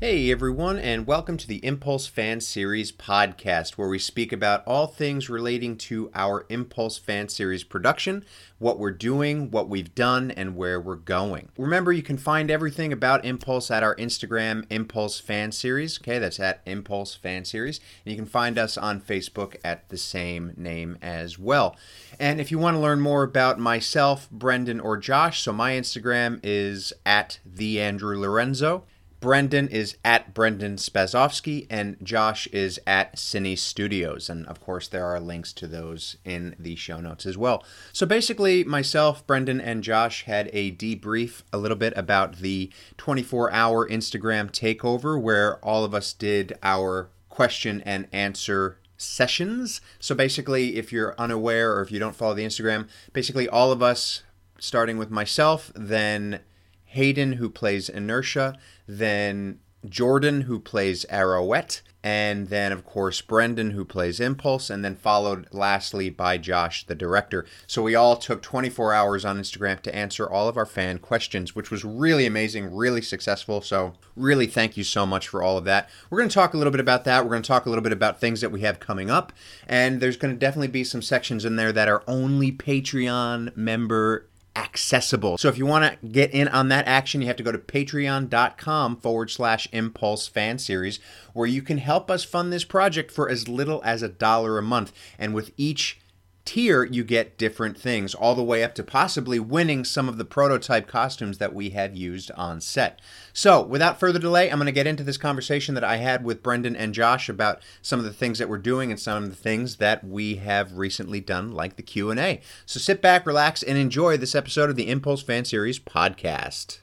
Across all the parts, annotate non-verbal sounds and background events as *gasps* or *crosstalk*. Hey everyone, and welcome to the Impulse Fan Series podcast, where we speak about all things relating to our Impulse Fan Series production, what we're doing, what we've done, and where we're going. Remember, you can find everything about Impulse at our Instagram, Impulse Fan Series. Okay, that's at Impulse Fan Series. And you can find us on Facebook at the same name as well. And if you want to learn more about myself, Brendan, or Josh, so my Instagram is at the Andrew Lorenzo. Brendan is at Brendan Spazovsky, and Josh is at Cine Studios. And of course, there are links to those in the show notes as well. So basically, myself, Brendan, and Josh had a debrief a little bit about the 24 hour Instagram takeover where all of us did our question and answer sessions. So basically, if you're unaware or if you don't follow the Instagram, basically all of us, starting with myself, then Hayden, who plays Inertia, then Jordan, who plays Arrowette, and then, of course, Brendan, who plays Impulse, and then followed lastly by Josh, the director. So we all took 24 hours on Instagram to answer all of our fan questions, which was really amazing, really successful. So, really, thank you so much for all of that. We're going to talk a little bit about that. We're going to talk a little bit about things that we have coming up, and there's going to definitely be some sections in there that are only Patreon member accessible. So if you want to get in on that action, you have to go to patreon.com forward slash impulse fan series, where you can help us fund this project for as little as a dollar a month. And with each tier, you get different things, all the way up to possibly winning some of the prototype costumes that we have used on set. So without further delay, I'm going to get into this conversation that I had with Brendan and Josh about some of the things that we're doing and some of the things that we have recently done, like the Q&A. So sit back, relax, and enjoy this episode of the Impulse Fan Series podcast.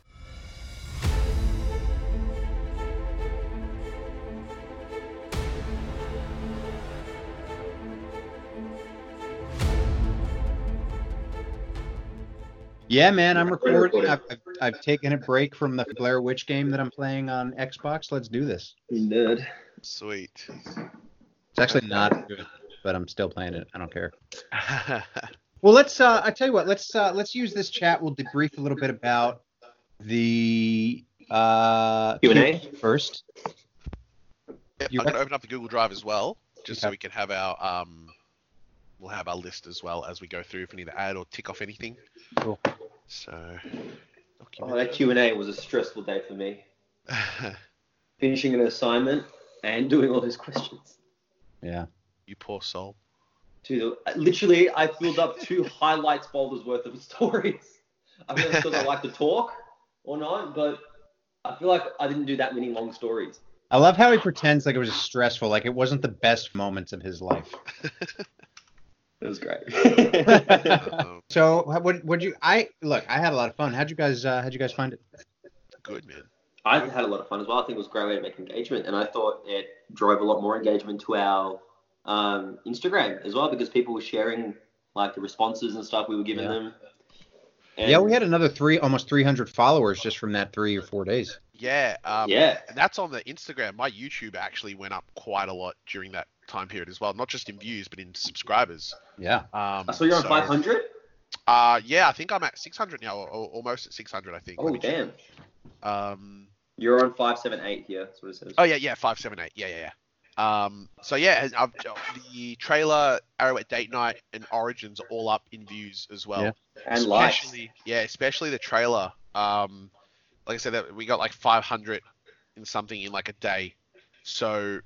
Yeah, man, I'm recording. I've, I've, I've taken a break from the Blair Witch game that I'm playing on Xbox. Let's do this. Nerd. *laughs* Sweet. It's actually not good, but I'm still playing it. I don't care. Well, let's. Uh, I tell you what. Let's uh, let's use this chat. We'll debrief a little bit about the uh, Q&A? first. Yeah, I'm You going rec- to open up the Google Drive as well, just so Okay. we can have our um, we'll have our list as well as we go through if we need to add or tick off anything. Cool. So. Oh, that Q&A was a stressful day for me. Finishing an assignment and doing all those questions. Yeah. *laughs* you *laughs* poor soul. To the, literally, I filled up *laughs* two highlights folders worth of stories. I don't know if it's 'cause I like to talk or not, but I feel like I didn't do that many long stories. I love how he pretends like it was stressful, like it wasn't the best moments of his life. It was great. Um, So, how- what would you? I look. I had a lot of fun. How'd you guys? Uh, how'd you guys find it? good man. *laughs* *laughs* I had a lot of fun as well. I think it was a great way to make engagement, and I thought it drove a lot more engagement to our um, Instagram as well because people were sharing like the responses and stuff we were giving Yeah. them. yeah, we had another three, almost 300 followers just from that three or four days. Yeah. Um, yeah, And that's on the Instagram. My YouTube actually went up quite a lot during that time period as well, not just in views but in subscribers. Yeah. Um, I saw you're on so- 500. Uh, yeah, I think I'm at 600 now, or, or almost at 600, I think. Let Oh me check. damn, Um, you're on 578 here. That's what it says. Oh yeah, yeah, five seven eight. Yeah, yeah, yeah. Um, so yeah, has- I've, the trailer, Arrowhead Date Night, and Origins are all up in views as well. Yeah. and likes. especially, yeah, especially the trailer. Um, like I said, that we got like five hundred and something in like a day. So,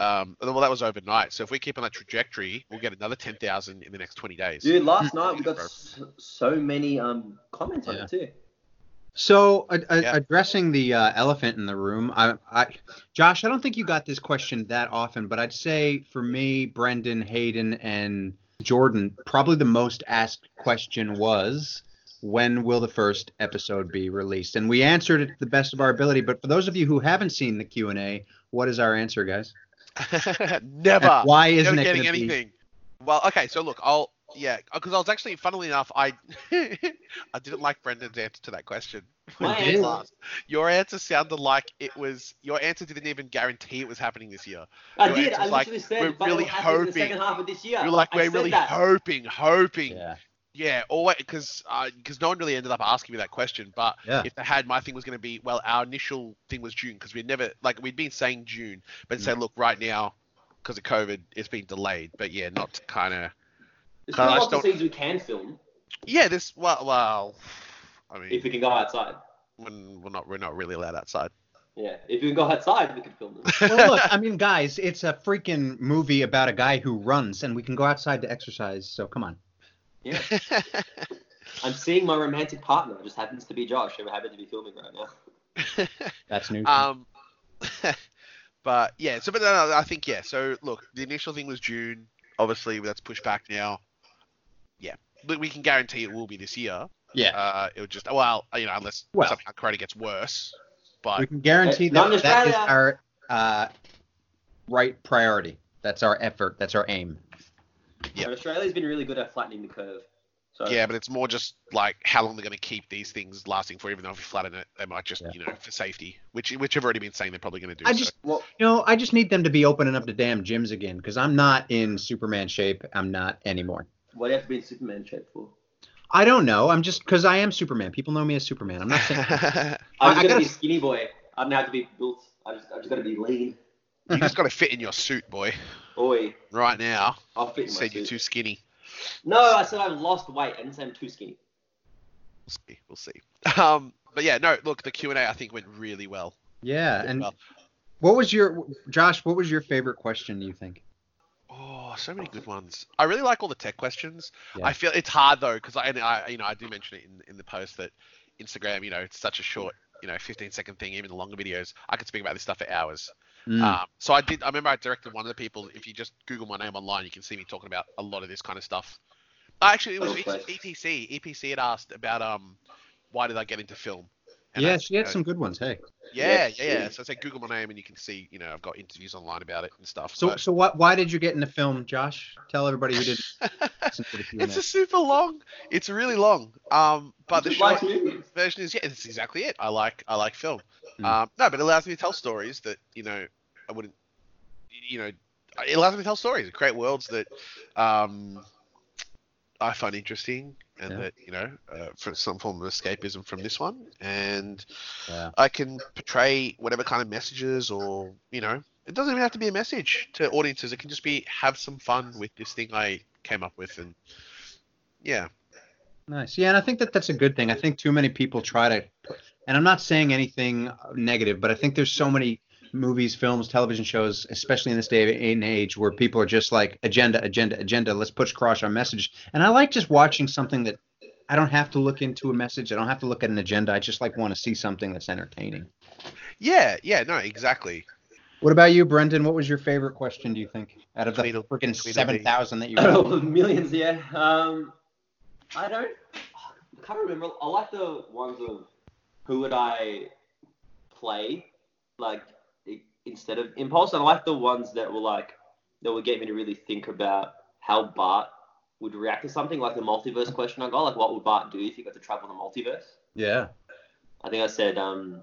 um, well, that was overnight. So if we keep on that trajectory, we'll get another ten thousand in the next twenty days. Dude, last night we got s- so many um, comments on Yeah. it *laughs* too. So, a, a, Yeah. addressing the uh, elephant in the room, I, I, Josh, I don't think you got this question that often, but I'd say for me, Brendan, Hayden, and Jordan, probably the most asked question was, when will the first episode be released? And we answered it to the best of our ability. But for those of you who haven't seen the Q and A, what is our answer, guys? And *laughs* Never. why isn't never it getting gonna be- anything. Well, okay, so look, I'll yeah, because I was actually, funnily enough, I *laughs* I didn't like Brendan's answer to that question. when My he answer- asked. Your answer sounded like it was your answer didn't even guarantee it was happening this year. I Your did. I answer's literally like, said, we're but it really will happen in the hoping. second half of this year. You're like, I we're said really that. hoping, hoping, Yeah, always because because no one really ended up asking me that question. But *laughs* Yeah. if they had, my thing was going to be well, our initial thing was June because we'd never like we'd been saying June, but Mm. say look, right now because of COVID, it's been delayed. But yeah, not kind of There's Uh, still I just lots of don't- scenes we can film yeah. This well, well, I mean, if we can go outside. when we're not we're not really allowed *laughs* outside. Yeah, if we can go outside, we can film *laughs* them. well, look, I mean, guys, it's a freaking movie about a guy who runs, and we can go outside to exercise. So come on. Yeah, I'm seeing my romantic partner. It just happens to be Josh, and we're happy to be filming right now. That's new. Um, *laughs* but yeah, so but no, no, I think yeah. So look, the initial thing was June. Obviously, that's pushed back now. Yeah, but we can guarantee it will be this year. yeah. Uh, it would just well, you know, unless Well. somehow Corona gets worse. we But can guarantee Not that in that is Australia. our uh, right priority. That's our effort. That's our aim. Yeah. But Australia's been really good at flattening the curve. uh, So yeah, but it's more just like how long they're going to keep these things lasting for. Even though if you flatten it, they might just Yeah. you know for safety, which which I've already been saying they're probably going to do. I so. just, Well, you know, I just need them to be opening up the damn gyms again because I'm not in Superman shape. I'm not anymore. what do you have to be in Superman shape for? I don't know. I'm just because I am Superman. People know me as Superman. I'm not *laughs* saying. *laughs* I- I'm I just gonna gotta- be skinny boy. I don't have to be built. I just, I just gotta be lean. you just got to fit in your suit, boy. Oi, Right now, I'll fit you in my said you're suit. too skinny. No, I said I've lost weight. I didn't say I'm too skinny. We'll see. We'll see. *laughs* Um, but yeah, no. Look, the Q and A I think went really well. Yeah. And Well, what was your, Josh? What was your favorite question? You think? oh, so many good ones. I really like all the tech questions. Yeah. I feel it's hard though because I, and I, you know, I do mention it in, in the post that Instagram, you know, it's such a short, you know, 15 second thing. Even the longer videos, I could speak about this stuff for hours. Mm. Um, so I did. I remember I directed one of the people. If you just Google my name online, you can see me talking about a lot of this kind of stuff. Uh, Actually, it was Oh, right. EPC. EPC E had asked about um, why did I get into film? And I- uh, yeah, she you had know, some good ones. Hey. Yeah, Yeah, yeah, yeah. sure. So I said Google my name, and you can see, you know, I've got interviews online about it and stuff. So, but- so what? Why did you get into film, Josh? Tell everybody who *laughs* didn't listen to the Q&A. it's a super long. It's really long. Um, but the Just like short movies. version is yeah, that's exactly it. I like I like film. Mm. Um, no, but it allows me to tell stories that you know I wouldn't. You know, it allows me to tell stories, create worlds that um, I find interesting, and Yeah. that you know, uh, for some form of escapism from this one, and Yeah. I can portray whatever kind of messages or you know it doesn't even have to be a message to audiences. It can just be have some fun with this thing I came up with and yeah. Nice. Yeah, and I think that that's a good thing. I think too many people try to, and I'm not saying anything negative, but I think there's so many movies, films, television shows, especially in this day and age, where people are just like agenda, agenda, agenda. Let's push across our message. And I like just watching something that I don't have to look into a message. I don't have to look at an agenda. I just like want to see something that's entertaining. Yeah, yeah, no, exactly. What about you, Brendan? What was your favorite question? Do you think out of the Tweedle- freaking Tweedledee. seven thousand *coughs* that you? Oh, *laughs* millions, yeah. Um, I don't. I can't remember. I like the ones of who would I play, like i- instead of impulse. And I like the ones that were like that would get me to really think about how Bart would react to something, like the multiverse question I got, like what would Bart do if he got to travel the multiverse? Yeah. I think I said um,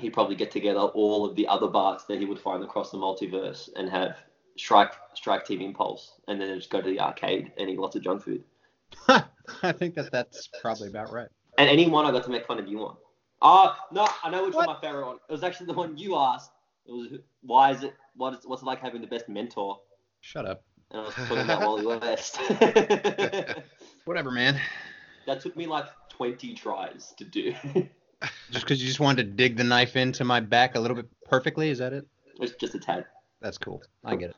he'd probably get together all of the other Barts that he would find across the multiverse and have strike strike Team Impulse, and then just go to the arcade and eat lots of junk food. *laughs* I think that that's probably about right. And any one I got to make fun of you on. Oh no, I know which one What? my favorite one. It was actually the one you asked. It was why is it what is what's it like having the best mentor? Shut up. And I was talking about Wally West. *laughs* that Whatever, man. took me like 20 tries to do. *laughs* Just because you just wanted to dig the knife into my back a little bit perfectly, is that it? it's just a tad. That's cool. I get it.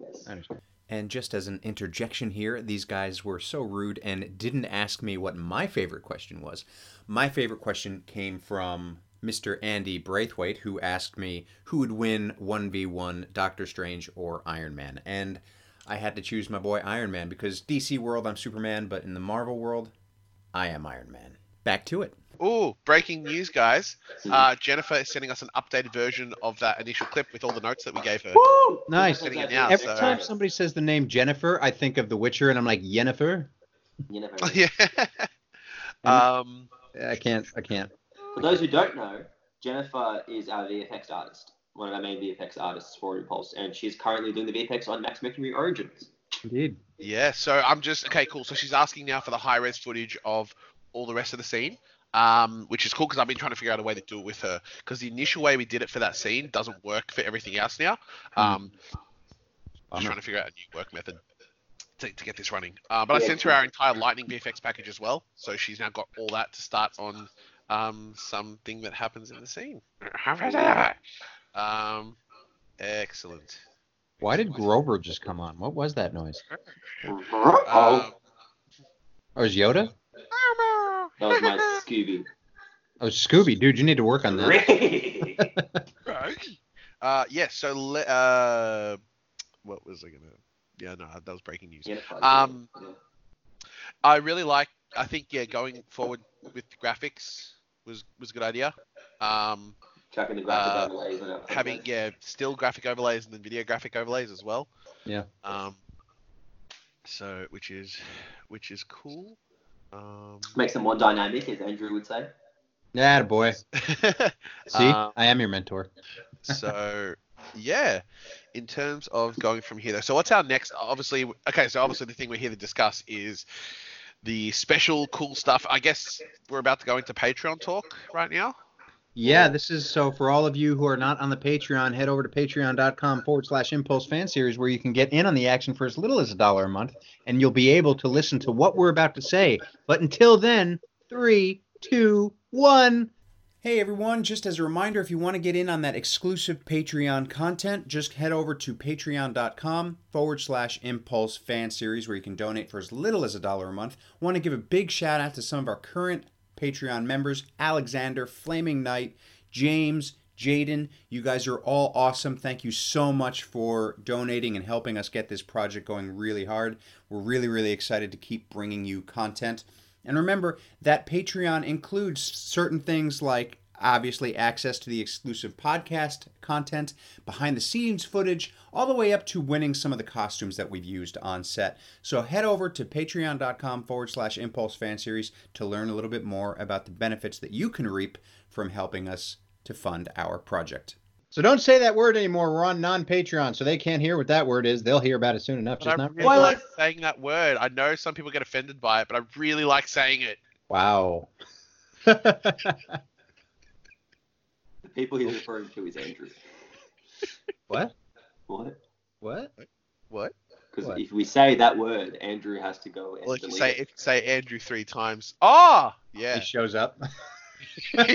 Yes. I understand. And just as an interjection here, these guys were so rude and didn't ask me what my favorite question was. My favorite question came from Mr. Andy Braithwaite, who asked me who would win 1v1 Doctor Strange or Iron Man. And I had to choose my boy Iron Man because DC world, I'm Superman, but in the Marvel world, I am Iron Man. Back to it. Ooh, breaking news, guys. Hmm. Uh, Jennifer is sending us an updated version of that initial clip with all the notes that we gave her. Woo! Nice. Getting it now, Every so- time somebody says the name Jennifer, I think of The Witcher, and I'm like Yennefer. You never know. *laughs* yeah. um, I can't. I can't. For those who don't know, Jennifer is our VFX artist, one of our main VFX artists for Impulse, and she's currently doing the VFX on Max Mercury Origins. Indeed. Yeah, so I'm just okay, cool. So she's asking now for the high res footage of all the rest of the scene, um, which is cool because I've been trying to figure out a way to do it with her because the initial way we did it for that scene doesn't work for everything else now. Um, just trying to figure out a new work method to, to get this running. Uh, but I Yeah, sent her our entire Lightning VFX package as well, so she's now got all that to start on um, something that happens in *laughs* the scene. Um, excellent. Why did Grover just come on? What was that noise? Oh, Um, Oh, is Yoda? that was my Scooby. Oh, Scooby, dude, you need to work on that. *laughs* *laughs* Uh, yeah. So le- uh, what was I gonna? Yeah, no, that was breaking news. Yeah, fuck Um, yeah. I really like. I think yeah, going forward with graphics was was a good idea. Um, chucking the graphic uh, overlays and everything. having yeah, still graphic overlays and then video graphic overlays as well. Yeah. Um, so which is which is cool. Um, makes it more dynamic, as Andrew would say. Yeah, boy. See, *laughs* Um, I am your mentor. so yeah in terms of going from here though so what's our next obviously okay so obviously the thing we're here to discuss is the special cool stuff i guess we're about to go into patreon talk right now Yeah, this is so for all of you who are not on the Patreon, head over to patreon.com forward slash impulse fan series where you can get in on the action for as little as a dollar a month and you'll be able to listen to what we're about to say. But until then, three, two, one. Hey everyone, just as a reminder, if you want to get in on that exclusive Patreon content, just head over to patreon.com forward slash impulse fan series where you can donate for as little as a dollar a month. Want to give a big shout out to some of our current Patreon members Alexander, Flaming Knight, James, Jaden. You guys are all awesome. Thank you so much for donating and helping us get this project going really hard. We're really, really excited to keep bringing you content. And remember that Patreon includes certain things like obviously access to the exclusive podcast content, behind the scenes footage, all the way up to winning some of the costumes that we've used on set. So head over to patreon.com forward slash impulse fan series to learn a little bit more about the benefits that you can reap from helping us to fund our project. So don't say that word anymore. We're on non Patreon, so they can't hear what that word is. They'll hear about it soon enough. but i Just not really Well, like let's- saying that word i know some people get offended by it but i really like saying it Wow. The people he's referring to is Andrew. *laughs* what? What? What? what Because What? if we say that word, Andrew has to go. And well if you delete say it. if you say andrew three times ah yeah He shows *laughs* up. *laughs*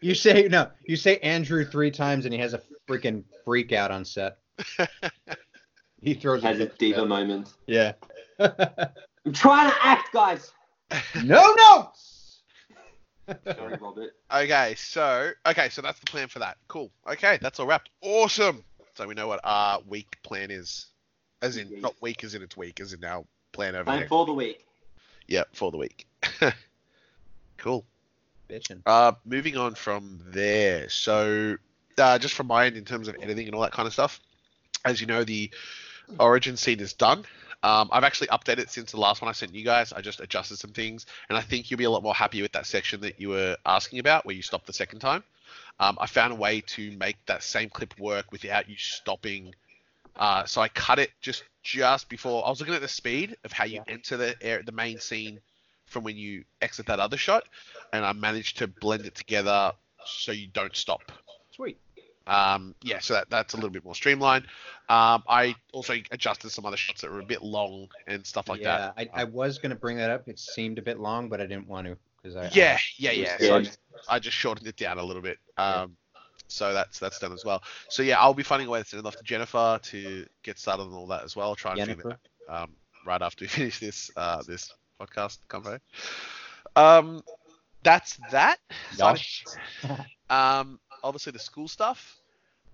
you say no. You say Andrew three times, and he has a freaking freak out on *laughs* set. he throws has a a diva moment. Yeah. I'm trying to act, guys. no notes. Sorry, Robert. Okay, so okay, so that's the plan for that. Cool. Okay, that's all wrapped. Awesome. So we know what our week plan is, as in Yes. not week as in it's week, as in our plan over Time there. for the week. Yeah, for the week. *laughs* cool. Bitching. Uh, moving on from there. So, uh, just from my end, in terms of editing and all that kind of stuff, as you know, the origin scene is done. Um, I've actually updated it since the last one I sent you guys. I just adjusted some things, and I think you'll be a lot more happy with that section that you were asking about, where you stopped the second time. Um, I found a way to make that same clip work without you stopping. Uh, so I cut it just just before. I was looking at the speed of how you enter the air, the main scene from when you exit that other shot and I managed to blend it together so you don't stop. Sweet. Um, yeah, so that, that's a little bit more streamlined. Um, I also adjusted some other shots that were a bit long and stuff like yeah, I, I was gonna bring that up. It seemed a bit long, but I didn't want to because I. that. Yeah, yeah, yeah. So I Yeah. just, I just shortened it down a little bit. Um, so that's that's done as well. So yeah, I'll be finding a way to send it off to Jennifer to get started on all that as well. Try and figure Jennifer. um, right after we *laughs* finish this uh, this podcast convo. Um, that's that. Side of- um, obviously the school stuff.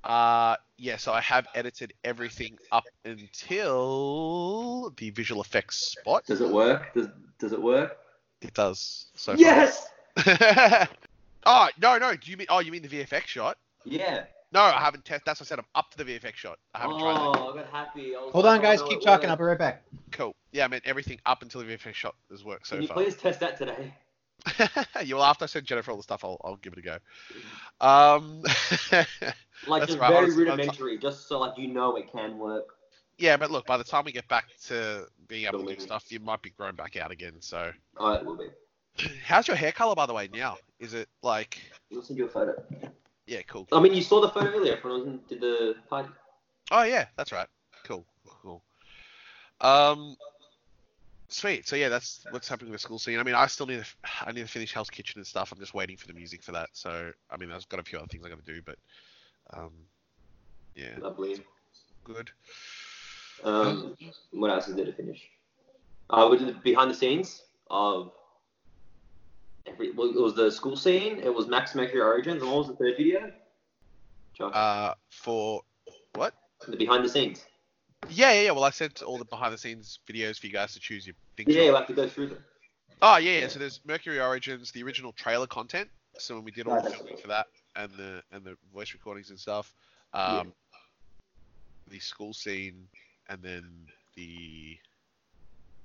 Uh, yeah, so I have edited everything up until the visual effects spot. Does it work? Does Does it work? It does. So yes. far. *laughs* oh no no! Do you mean oh you mean the VFX shot? Yeah. No, I haven't tested. That's what I said. I'm up to the VFX shot. I haven't tried that. oh, I got happy. I was Hold like, on, oh, guys. no, Keep it talking. I'll worked. be right back. Cool. Yeah, I meant everything up until the VFX shot has worked so Can you far. please test that today? *laughs* you will after I send Jennifer all the stuff. I'll, I'll give it a go. Um, Like That's just *laughs* right, very honestly, that's- rudimentary, just so like you know it can work. Yeah, but look, by the time we get back to being able to do Building. stuff, you might be grown back out again. So, Oh, it will be. how's your hair color, by the way? Now, is it like? We'll send you a photo. Yeah, cool. I mean, you saw the photo earlier when I was in, did the party. Oh yeah, that's right. Cool, cool. Um, sweet. So yeah, that's what's happening with the school scene. I mean, I still need to, f- I need to finish Hell's Kitchen and stuff. I'm just waiting for the music for that. So I mean, I've got a few other things I got to do, but um, yeah, Lovely. good. Um, what else is there to finish? Uh, we did the behind the scenes of every. Well, it was the school scene. It was Max Mercury Origins. And what was the third video? Josh, Uh, for what? the behind the scenes. Yeah, yeah, yeah. Well, I sent all the behind the scenes videos for you guys to choose your things. Yeah, from. we'll have to go through them. Oh yeah, yeah. So there's Mercury Origins, the original trailer content. So when we did all Right, the that's filming cool. for that and the and the voice recordings and stuff, um, the school scene, and then the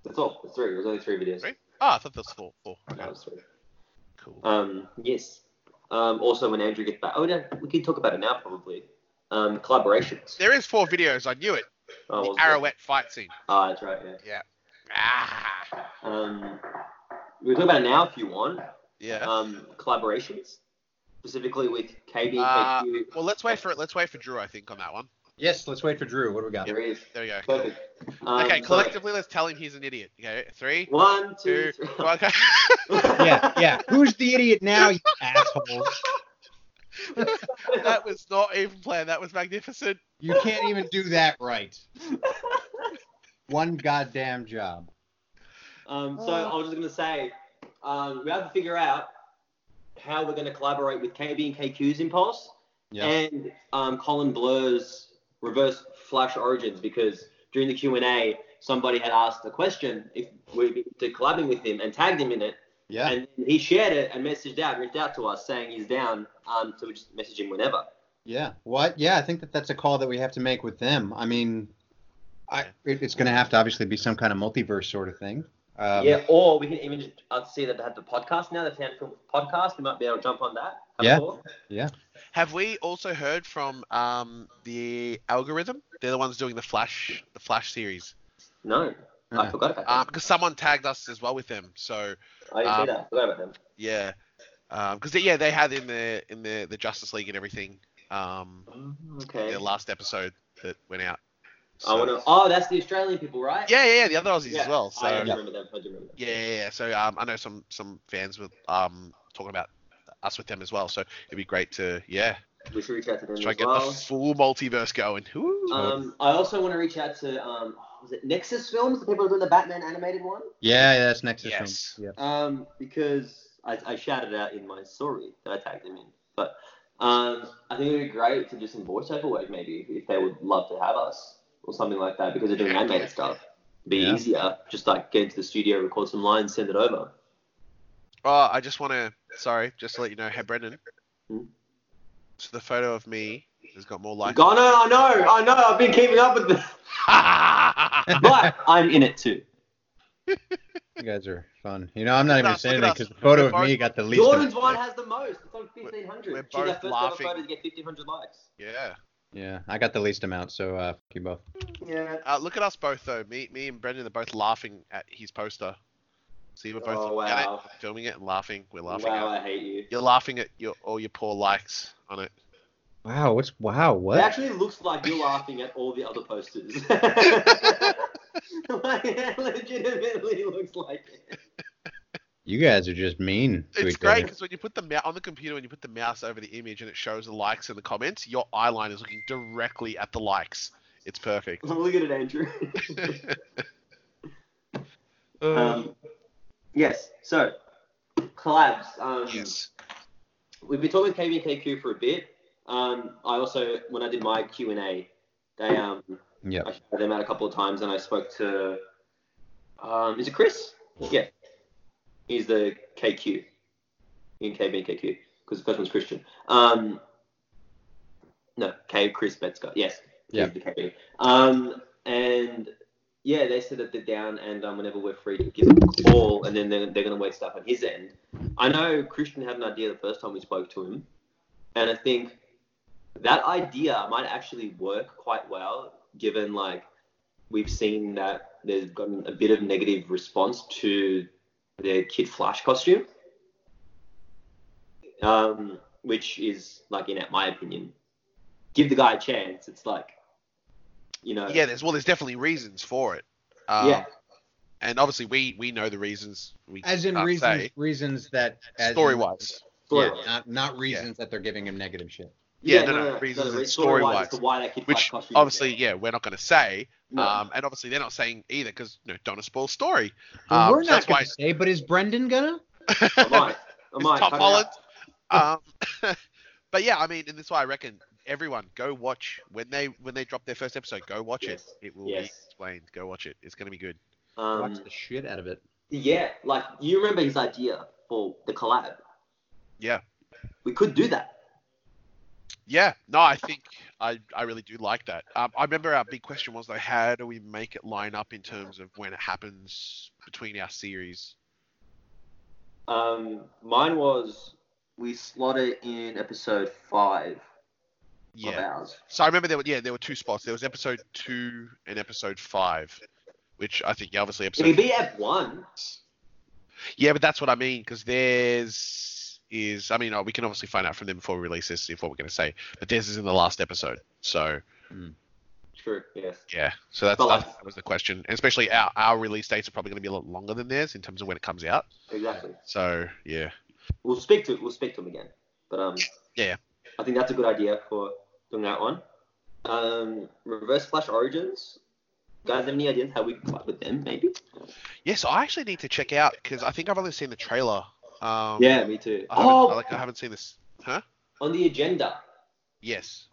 That's all. It's three. It was only three videos. Three? oh, I thought that was four. four. Okay, That was three. cool. Um, yes. Um, also, when Andrew gets back, oh, yeah, we can talk about it now probably. Um, collaborations. There is four videos. I knew it. Oh, the was it- Arrowette fight scene. Ah, that's right. Yeah. Ah, Um, we can talk about it now if you want. yeah. Um, collaborations, specifically with KB. Uh, KQ. well, let's wait for it. Let's wait for Drew. I think on that one. Yes, let's wait for Drew. What do we got? There is. There we go. Cool. Perfect. Um, okay, so, collectively, let's tell him he's an idiot. Okay, *laughs* three, One, two, two, three. *laughs* okay. Yeah, yeah. Who's the idiot now, you assholes? that was not even planned. That was magnificent. You can't even do that right. One goddamn job. *laughs* Um, so I was just gonna say, um, we have to figure out how we're gonna collaborate with KB and KQ's Impulse and um, Colin Blur's Reverse Flash Origins because during the Q and A, somebody had asked a question if we'd be to collabing with him and tagged him in it, Yeah. and he shared it and messaged out, reached out to us saying he's down. Um, so we just message him whenever. Yeah. What? Yeah, I think that that's a call that we have to make with them. I mean, I, it- it's going to have to obviously be some kind of multiverse sort of thing. Um, yeah, or we can even just i see that they have the podcast now. The Fan Film podcast. We might be able to jump on that. have a Yeah. talk. Have we also heard from um, the algorithm? They're the ones doing the Flash, the Flash series. No, I Uh-uh. forgot about that. Um, because someone tagged us as well with them. So I didn't see um, that. I forgot about them. yeah, because yeah, they had in the in the the Justice League and everything. Um, Okay. the last episode that went out. I So- want to. Oh, that's the Australian people, right? Yeah, yeah, yeah, the other Aussies Yeah, as well. So I yeah, do remember them. I do remember. them. yeah, yeah. So um, I know some some fans were um talking about us with them as well. So it'd be great to yeah We should reach out to them try as and get well. the full multiverse going. Woo. Um, I also want to reach out to um, was it Nexus Films, the people who doing the Batman animated one? Yeah, that's next to Yes. Yeah. Um, because I, I shouted out in my story that I tagged them in, but um, I think it would be great to do some voiceover work maybe if they would love to have us or something like that because they're doing animated stuff. It'd be Yeah. easier just like get into the studio, record some lines, send it over. Oh, I just want to. Sorry, just to let you know, hey Brendan. Hmm? So the photo of me has got more likes. Gone, I know, I know, I've been keeping up *laughs* with this, but I'm in it too. You guys are fun. You know, I'm not Look at even us, saying look at anything because us. the photo We're of me got the least. Jordan's of- one has the most. It's on 1500. we're She's our both first ever laughing. photo to get 1500 likes. *laughs* yeah. yeah, I got the least amount, so uh, fuck you both. Yeah. Uh, look at us both though. Me, me and Brendan are both laughing at his poster. See, we're both Oh, looking at it, wow. filming it, and laughing. We're laughing wow, at. I hate you. It. You're laughing at your all your poor likes on it. Wow, what's wow? What? It actually looks like *laughs* you're laughing at all the other posters. *laughs* like, it legitimately looks like it. you guys are just mean. to It's each other. great because when you put the mou- on the computer, when you put the mouse over the image and it shows the likes and the comments, your eye line is looking directly at the likes. It's perfect. Look at it, Andrew. um, yes, so collabs. Um, yes. We've been talking with KB and KQ for a bit. Um, I also, when I did my Q and A, they um, Yeah. I shouted them out a couple of times, and I spoke to. Um, is it Chris? Yeah, he's the KQ in KB and KQ because the first one's Christian. Um, no, K Chris Betzka. Yes, he's Yeah. the KB. Um, and yeah, they said that they're down, and um, whenever we're free, to give them a call, and then they're, they're going to work stuff on his end. I know Christian had an idea the first time we spoke to him, and I think that idea might actually work quite well given like we've seen that there's gotten a bit of negative response to their Kid Flash costume, um, which is like, in my opinion, give the guy a chance. It's like, you know, Yeah, there's well, there's definitely reasons for it. Um, Yeah. And obviously, we we know the reasons. We As in can't reasons, say. reasons that as in- story wise. yeah, story-wise. not, not reasons that they're giving him negative shit. Yeah, no, no, reasons the and reason story-wise, as to why that Kid Flash Which costume is obviously, there. yeah, we're not going to say. No. *laughs* Um, and obviously, they're not saying either because you know, don't spoil story. Well, um, we're so not that's gonna why say, but is Brendan gonna? *laughs* I might. I It's might. cut Tom it out. Holland. um, *laughs* but yeah, I mean, and that's why I reckon everyone go watch when they when they drop their first episode. Go watch Yes. it. It will be Yes. explained. Go watch it. It's going to be good. Um, Watch the shit out of it. yeah, like you remember his idea for the collab. Yeah. We could do that. Yeah. No, I think I I really do like that. Um, I remember our big question was though, how do we make it line up in terms of when it happens between our series? Um, mine was we slotted in episode five of Yeah. ours. So I remember there were yeah there were two spots. There was episode two and episode five, which I think yeah, obviously episode It'd be at one. Yeah, but that's what I mean because theirs is. I mean, oh, we can obviously find out from them before we release this if what we're going to say. But theirs is in the last episode, so True. Yes. yeah. So that's, But, like- that was the question. And especially our our release dates are probably going to be a lot longer than theirs in terms of when it comes out. Exactly. So yeah, We'll speak to we'll speak to him again. But um, Yeah. I think that's a good idea for doing that one. Um, Reverse Flash Origins. Guys, have any ideas how we collab with them? Maybe. yeah. So I actually need to check out because I think I've only seen the trailer. Um, yeah, me too. I haven't, Oh, like I haven't seen this. Huh? on the agenda, Yes.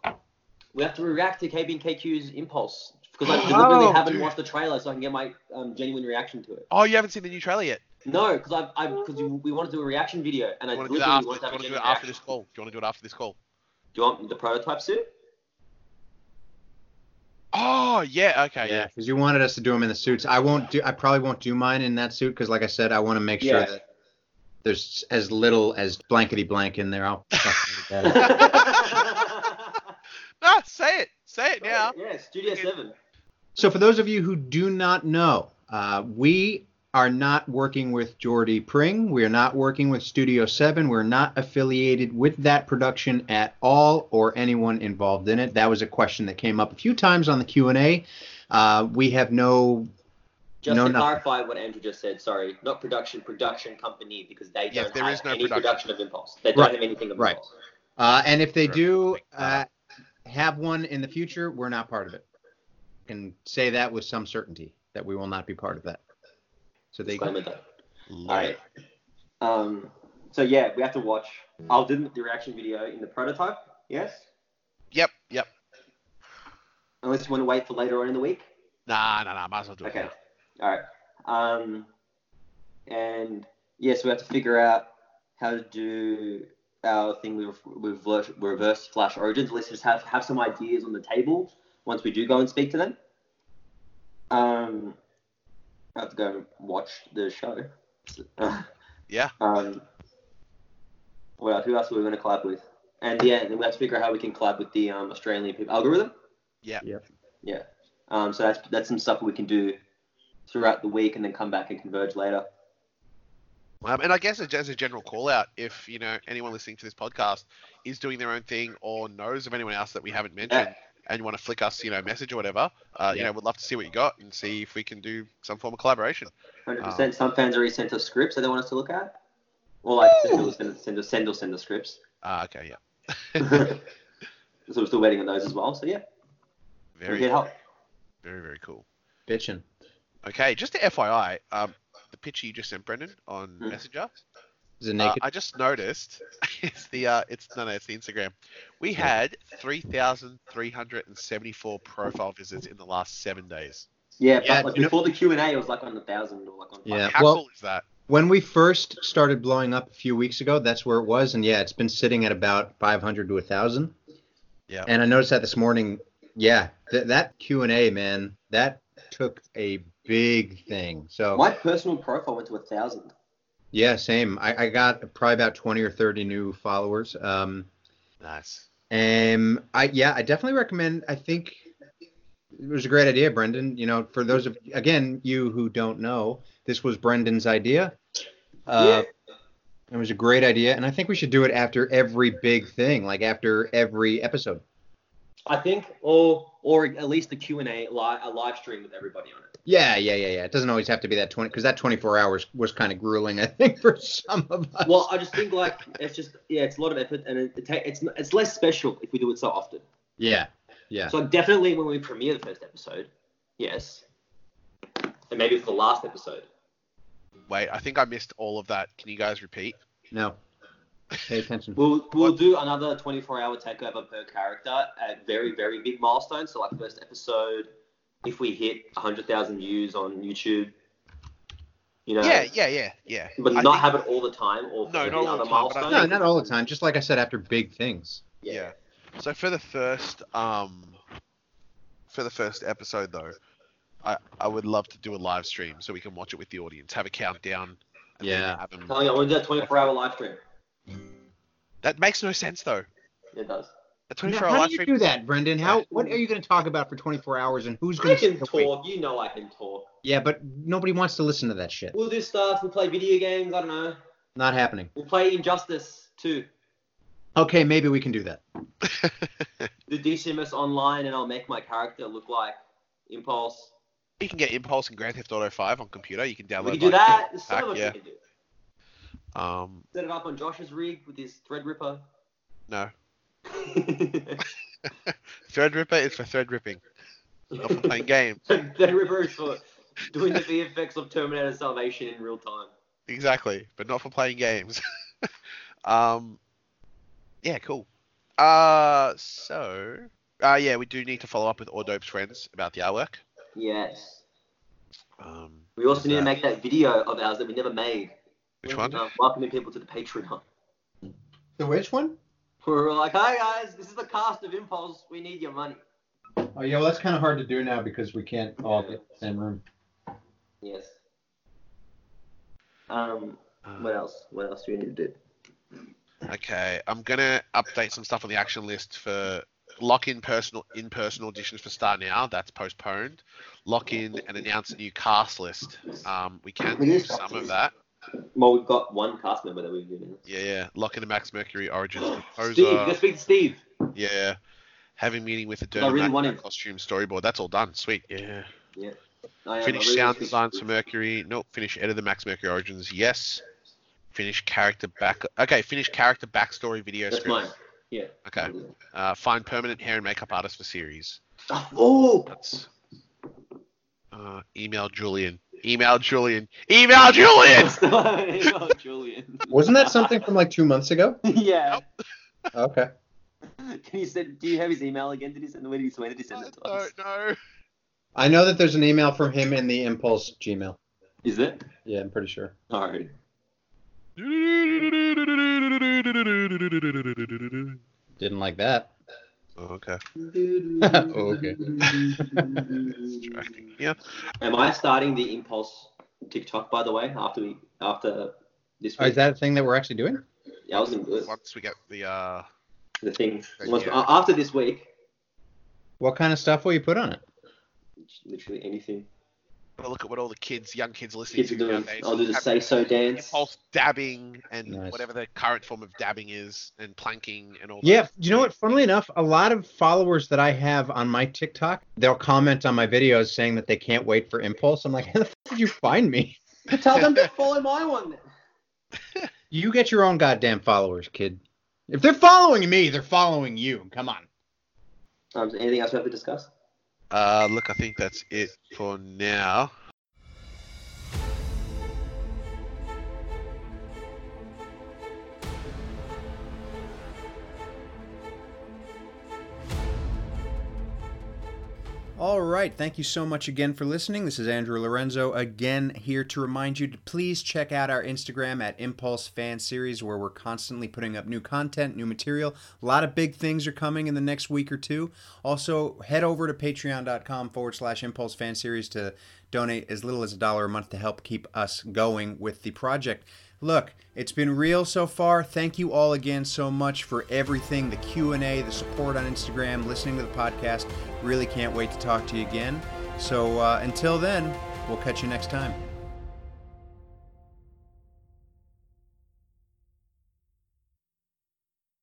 we have to react to KB and KQ's impulse because I deliberately Oh, haven't dude. watched the trailer so I can get my um, genuine reaction to it. Oh, you haven't seen the new trailer yet. No, because I've I because we want to do a reaction video and Do I you want to do deliberately that after? want Do to you have a want genuine to do it after reaction. this call? Do you want to do it after this call? Do you want the prototype soon? *laughs* Oh yeah. Okay. Yeah. because you wanted us to do them in the suits. I won't do. I probably won't do mine in that suit because, like I said, I want to make sure Yeah. that there's as little as blankety blank in there. I'll fucking do that. No, Ah, say it. Say it now. *laughs* Yeah, Studio Seven. so, for those of you who do not know, uh, we are not working with Geordie Pring. We are not working with Studio Seven. We're not affiliated with that production at all, or anyone involved in it. That was a question that came up a few times on the Q and A. Uh, we have no Just No, to nothing. clarify what Andrew just said, sorry, not production, production company, because they Yes, don't there have is no any production. production. of Impulse. They don't Right, have anything of right. Impulse. Uh, and if they Sure. do uh, Uh, have one in the future, we're not part of it. Can say that with some certainty that we will not be part of that. So they Disclaimer done. All Lord. right. Um, so yeah, we have to watch. I'll do the reaction video in the prototype. Yes. Yep, yep. Unless you want to wait for later on in the week. Nah, nah, nah. Might as well do it. Okay. now. All right. Um, and yes, we have to figure out how to do our thing with, with reverse- reverse Flash Origins. Let's just have, have some ideas on the table once we do go and speak to them. Um, I have to go and watch the *laughs* show. Yeah. Um, what else? Who else are we going to collab with? And yeah, then we have to figure out how we can collab with the um, Australian people algorithm. Yeah. Yep. Yeah. Um, so that's that's some stuff we can do throughout the week, and then come back and converge later. Um, and I guess as as a general call out, if you know anyone listening to this podcast is doing their own thing or knows of anyone else that we haven't mentioned and you want to flick us, you know, a message or whatever, uh, you Yeah. know, we'd love to see what you got and see if we can do some form of collaboration. Hundred Um, percent. Some fans already sent us scripts that they want us to look at, or like send us send us send us send us, send *laughs* us scripts. *laughs* Uh, okay. Yeah. so we're still waiting on those as well. So yeah, we Very, get help. very, very cool. bitching. Okay. Just to FYI, um, the picture you just sent Brendan on Hmm. Messenger, Is it Uh, naked? I just noticed *laughs* it's the uh, it's no no it's the Instagram. We had three thousand three hundred and seventy four profile visits in the last seven days. Yeah, Yeah, but like you know- before the Q and A, it was like on the thousand or like on. Yeah, How well- cool is that? when we first started blowing up a few weeks ago, that's where it was, and yeah, it's been sitting at about 500 to 1,000. Yeah. And I noticed that this morning. Yeah, th- that Q and A, man, that took a big thing. So My personal profile went to a thousand. yeah, same. I, I got probably about 20 or 30 new followers. Um, Nice. Um, I yeah, I definitely recommend. I think it was a great idea, Brendan. You know, for those of again you who don't know, this was Brendan's idea. Uh, It was a great idea, and I think we should do it after every big thing, like after every episode. I think, or or at least the Q and A live a live stream with everybody on it. Yeah, yeah, yeah, yeah. It doesn't always have to be that twenty, because that twenty-four hours was kind of grueling, I think, *laughs* for some of us. Well, I just think like it's just yeah, it's a lot of effort and it, it ta- it's it's less special if we do it so often. yeah, yeah. So definitely when we premiere the first episode, yes, and maybe for the last episode. Wait, I think I missed all of that. Can you guys repeat? No, pay attention. We'll we'll do another 24-hour takeover per character at very very big milestones. So like first episode, if we hit 100,000 views on YouTube, you know, Yeah, yeah, yeah, yeah. but I not think- have it all the time or No, for not all other the time, but I milestones. No, not all the time. Just like I said, after big things. yeah. So for the first um for the first episode though, I I would love to do a live stream so we can watch it with the audience, have a countdown. and then Yeah. have 'em- I'm telling you, I want to do a 24-hour live stream. That makes no sense though. It does. A Now, 24 hour how live do you stream. do that, Brendan? How? What are you going to talk about for 24 hours, and who's I going can to talk. You know I can talk. Yeah, but nobody wants to listen to that shit. We'll do stuff. We'll play video games. I don't know. Not happening. We'll play Injustice too. Okay, maybe we can do that. The DCMS online, and I'll make my character look like Impulse. You can get Impulse and Grand Theft Auto 5 on computer. You can download. we can do like, that. There's so pack, much yeah. we can do. Um, Set it up on Josh's rig with his Threadripper. no. Threadripper is for thread ripping, not for playing games. *laughs* Threadripper is for doing the VFX of Terminator Salvation in real time. Exactly, but not for playing games. *laughs* um, yeah, cool. Uh, so, uh, yeah, we do need to follow up with All Dope's friends about the artwork. Yes. Um, We also need to Yeah. make that video of ours that we never made. which one? Uh, welcoming people to the Patreon. The which one? We were like, hi guys, this is the cast of Impulse. We need your money. Oh yeah, well that's kind of hard to do now because we can't all be in the same room. Yes. Um, what Uh, else? What else do we need to do? okay, I'm gonna update some stuff on the action list for lock in personal in person auditions for Star Now. That's postponed. Lock in and announce a new cast list. Um, we can do some of that. Well, we've got one cast member that we've given. Yeah, yeah. Lock in a Max Mercury Origins *gasps* composer. Steve, you gotta speak to Steve. Yeah. Having meeting with the I really Dermot want Mac- him. costume storyboard. That's all done. Sweet. Yeah. I am- I Finish really sound speak- designs for Mercury. Nope. Finish edit the Max Mercury Origins. Yes. Finish character back. Okay. Finish character backstory video That's script. mine. Okay. Uh, find permanent hair and makeup artist for series. *laughs* Oh, *laughs* That's. Uh, email Julian. Email Julian. *laughs* Email Julian. oh Julian. Wasn't that something from like two months ago? *laughs* yeah. Okay. Can you send? Do you have his email again? Did he send? Where did he, where did he send it to no, us? no. I know that there's an email from him in the Impulse Gmail. Is it? Yeah, I'm pretty sure. *laughs* Alright. Didn't like that. *laughs* Oh, okay. Oh, *laughs* Okay. Distracting. Yeah. Am I starting the impulse TikTok by the way? After we after this Oh, week, is that a thing that we're actually doing? yeah, I was in good. Once we get the uh, The thing Yeah. once- a- after this week, What kind of stuff will you put on it? literally anything. Well, look at what all the kids, young kids listening Kids to are doing. nowadays. I'll do the Have say so dance. Impulse dabbing and Nice. whatever the current form of dabbing is, and planking and all. Yeah, that. you know what? Funnily enough, a lot of followers that I have on my TikTok, they'll comment on my videos saying that they can't wait for Impulse. I'm like, how the f- did you find me? *laughs* Tell them *laughs* to follow my one. then. You get your own goddamn followers, kid. If they're following me, they're following you. Come on. Um, so anything else we have to discuss? Uh, look, I think that's it for now. All right. Thank you so much again for listening. This is Andrew Lorenzo again here to remind you to please check out our Instagram at Impulse Fan Series, where we're constantly putting up new content, new material. A lot of big things are coming in the next week or two. Also, head over to patreon.com forward slash Impulse Fan Series to donate as little as a dollar a month to help keep us going with the project. Look, it's been real so far. Thank you all again so much for everything, the Q&A, the support on Instagram, listening to the podcast. Really can't wait to talk to you again. So uh, until then, we'll catch you next time.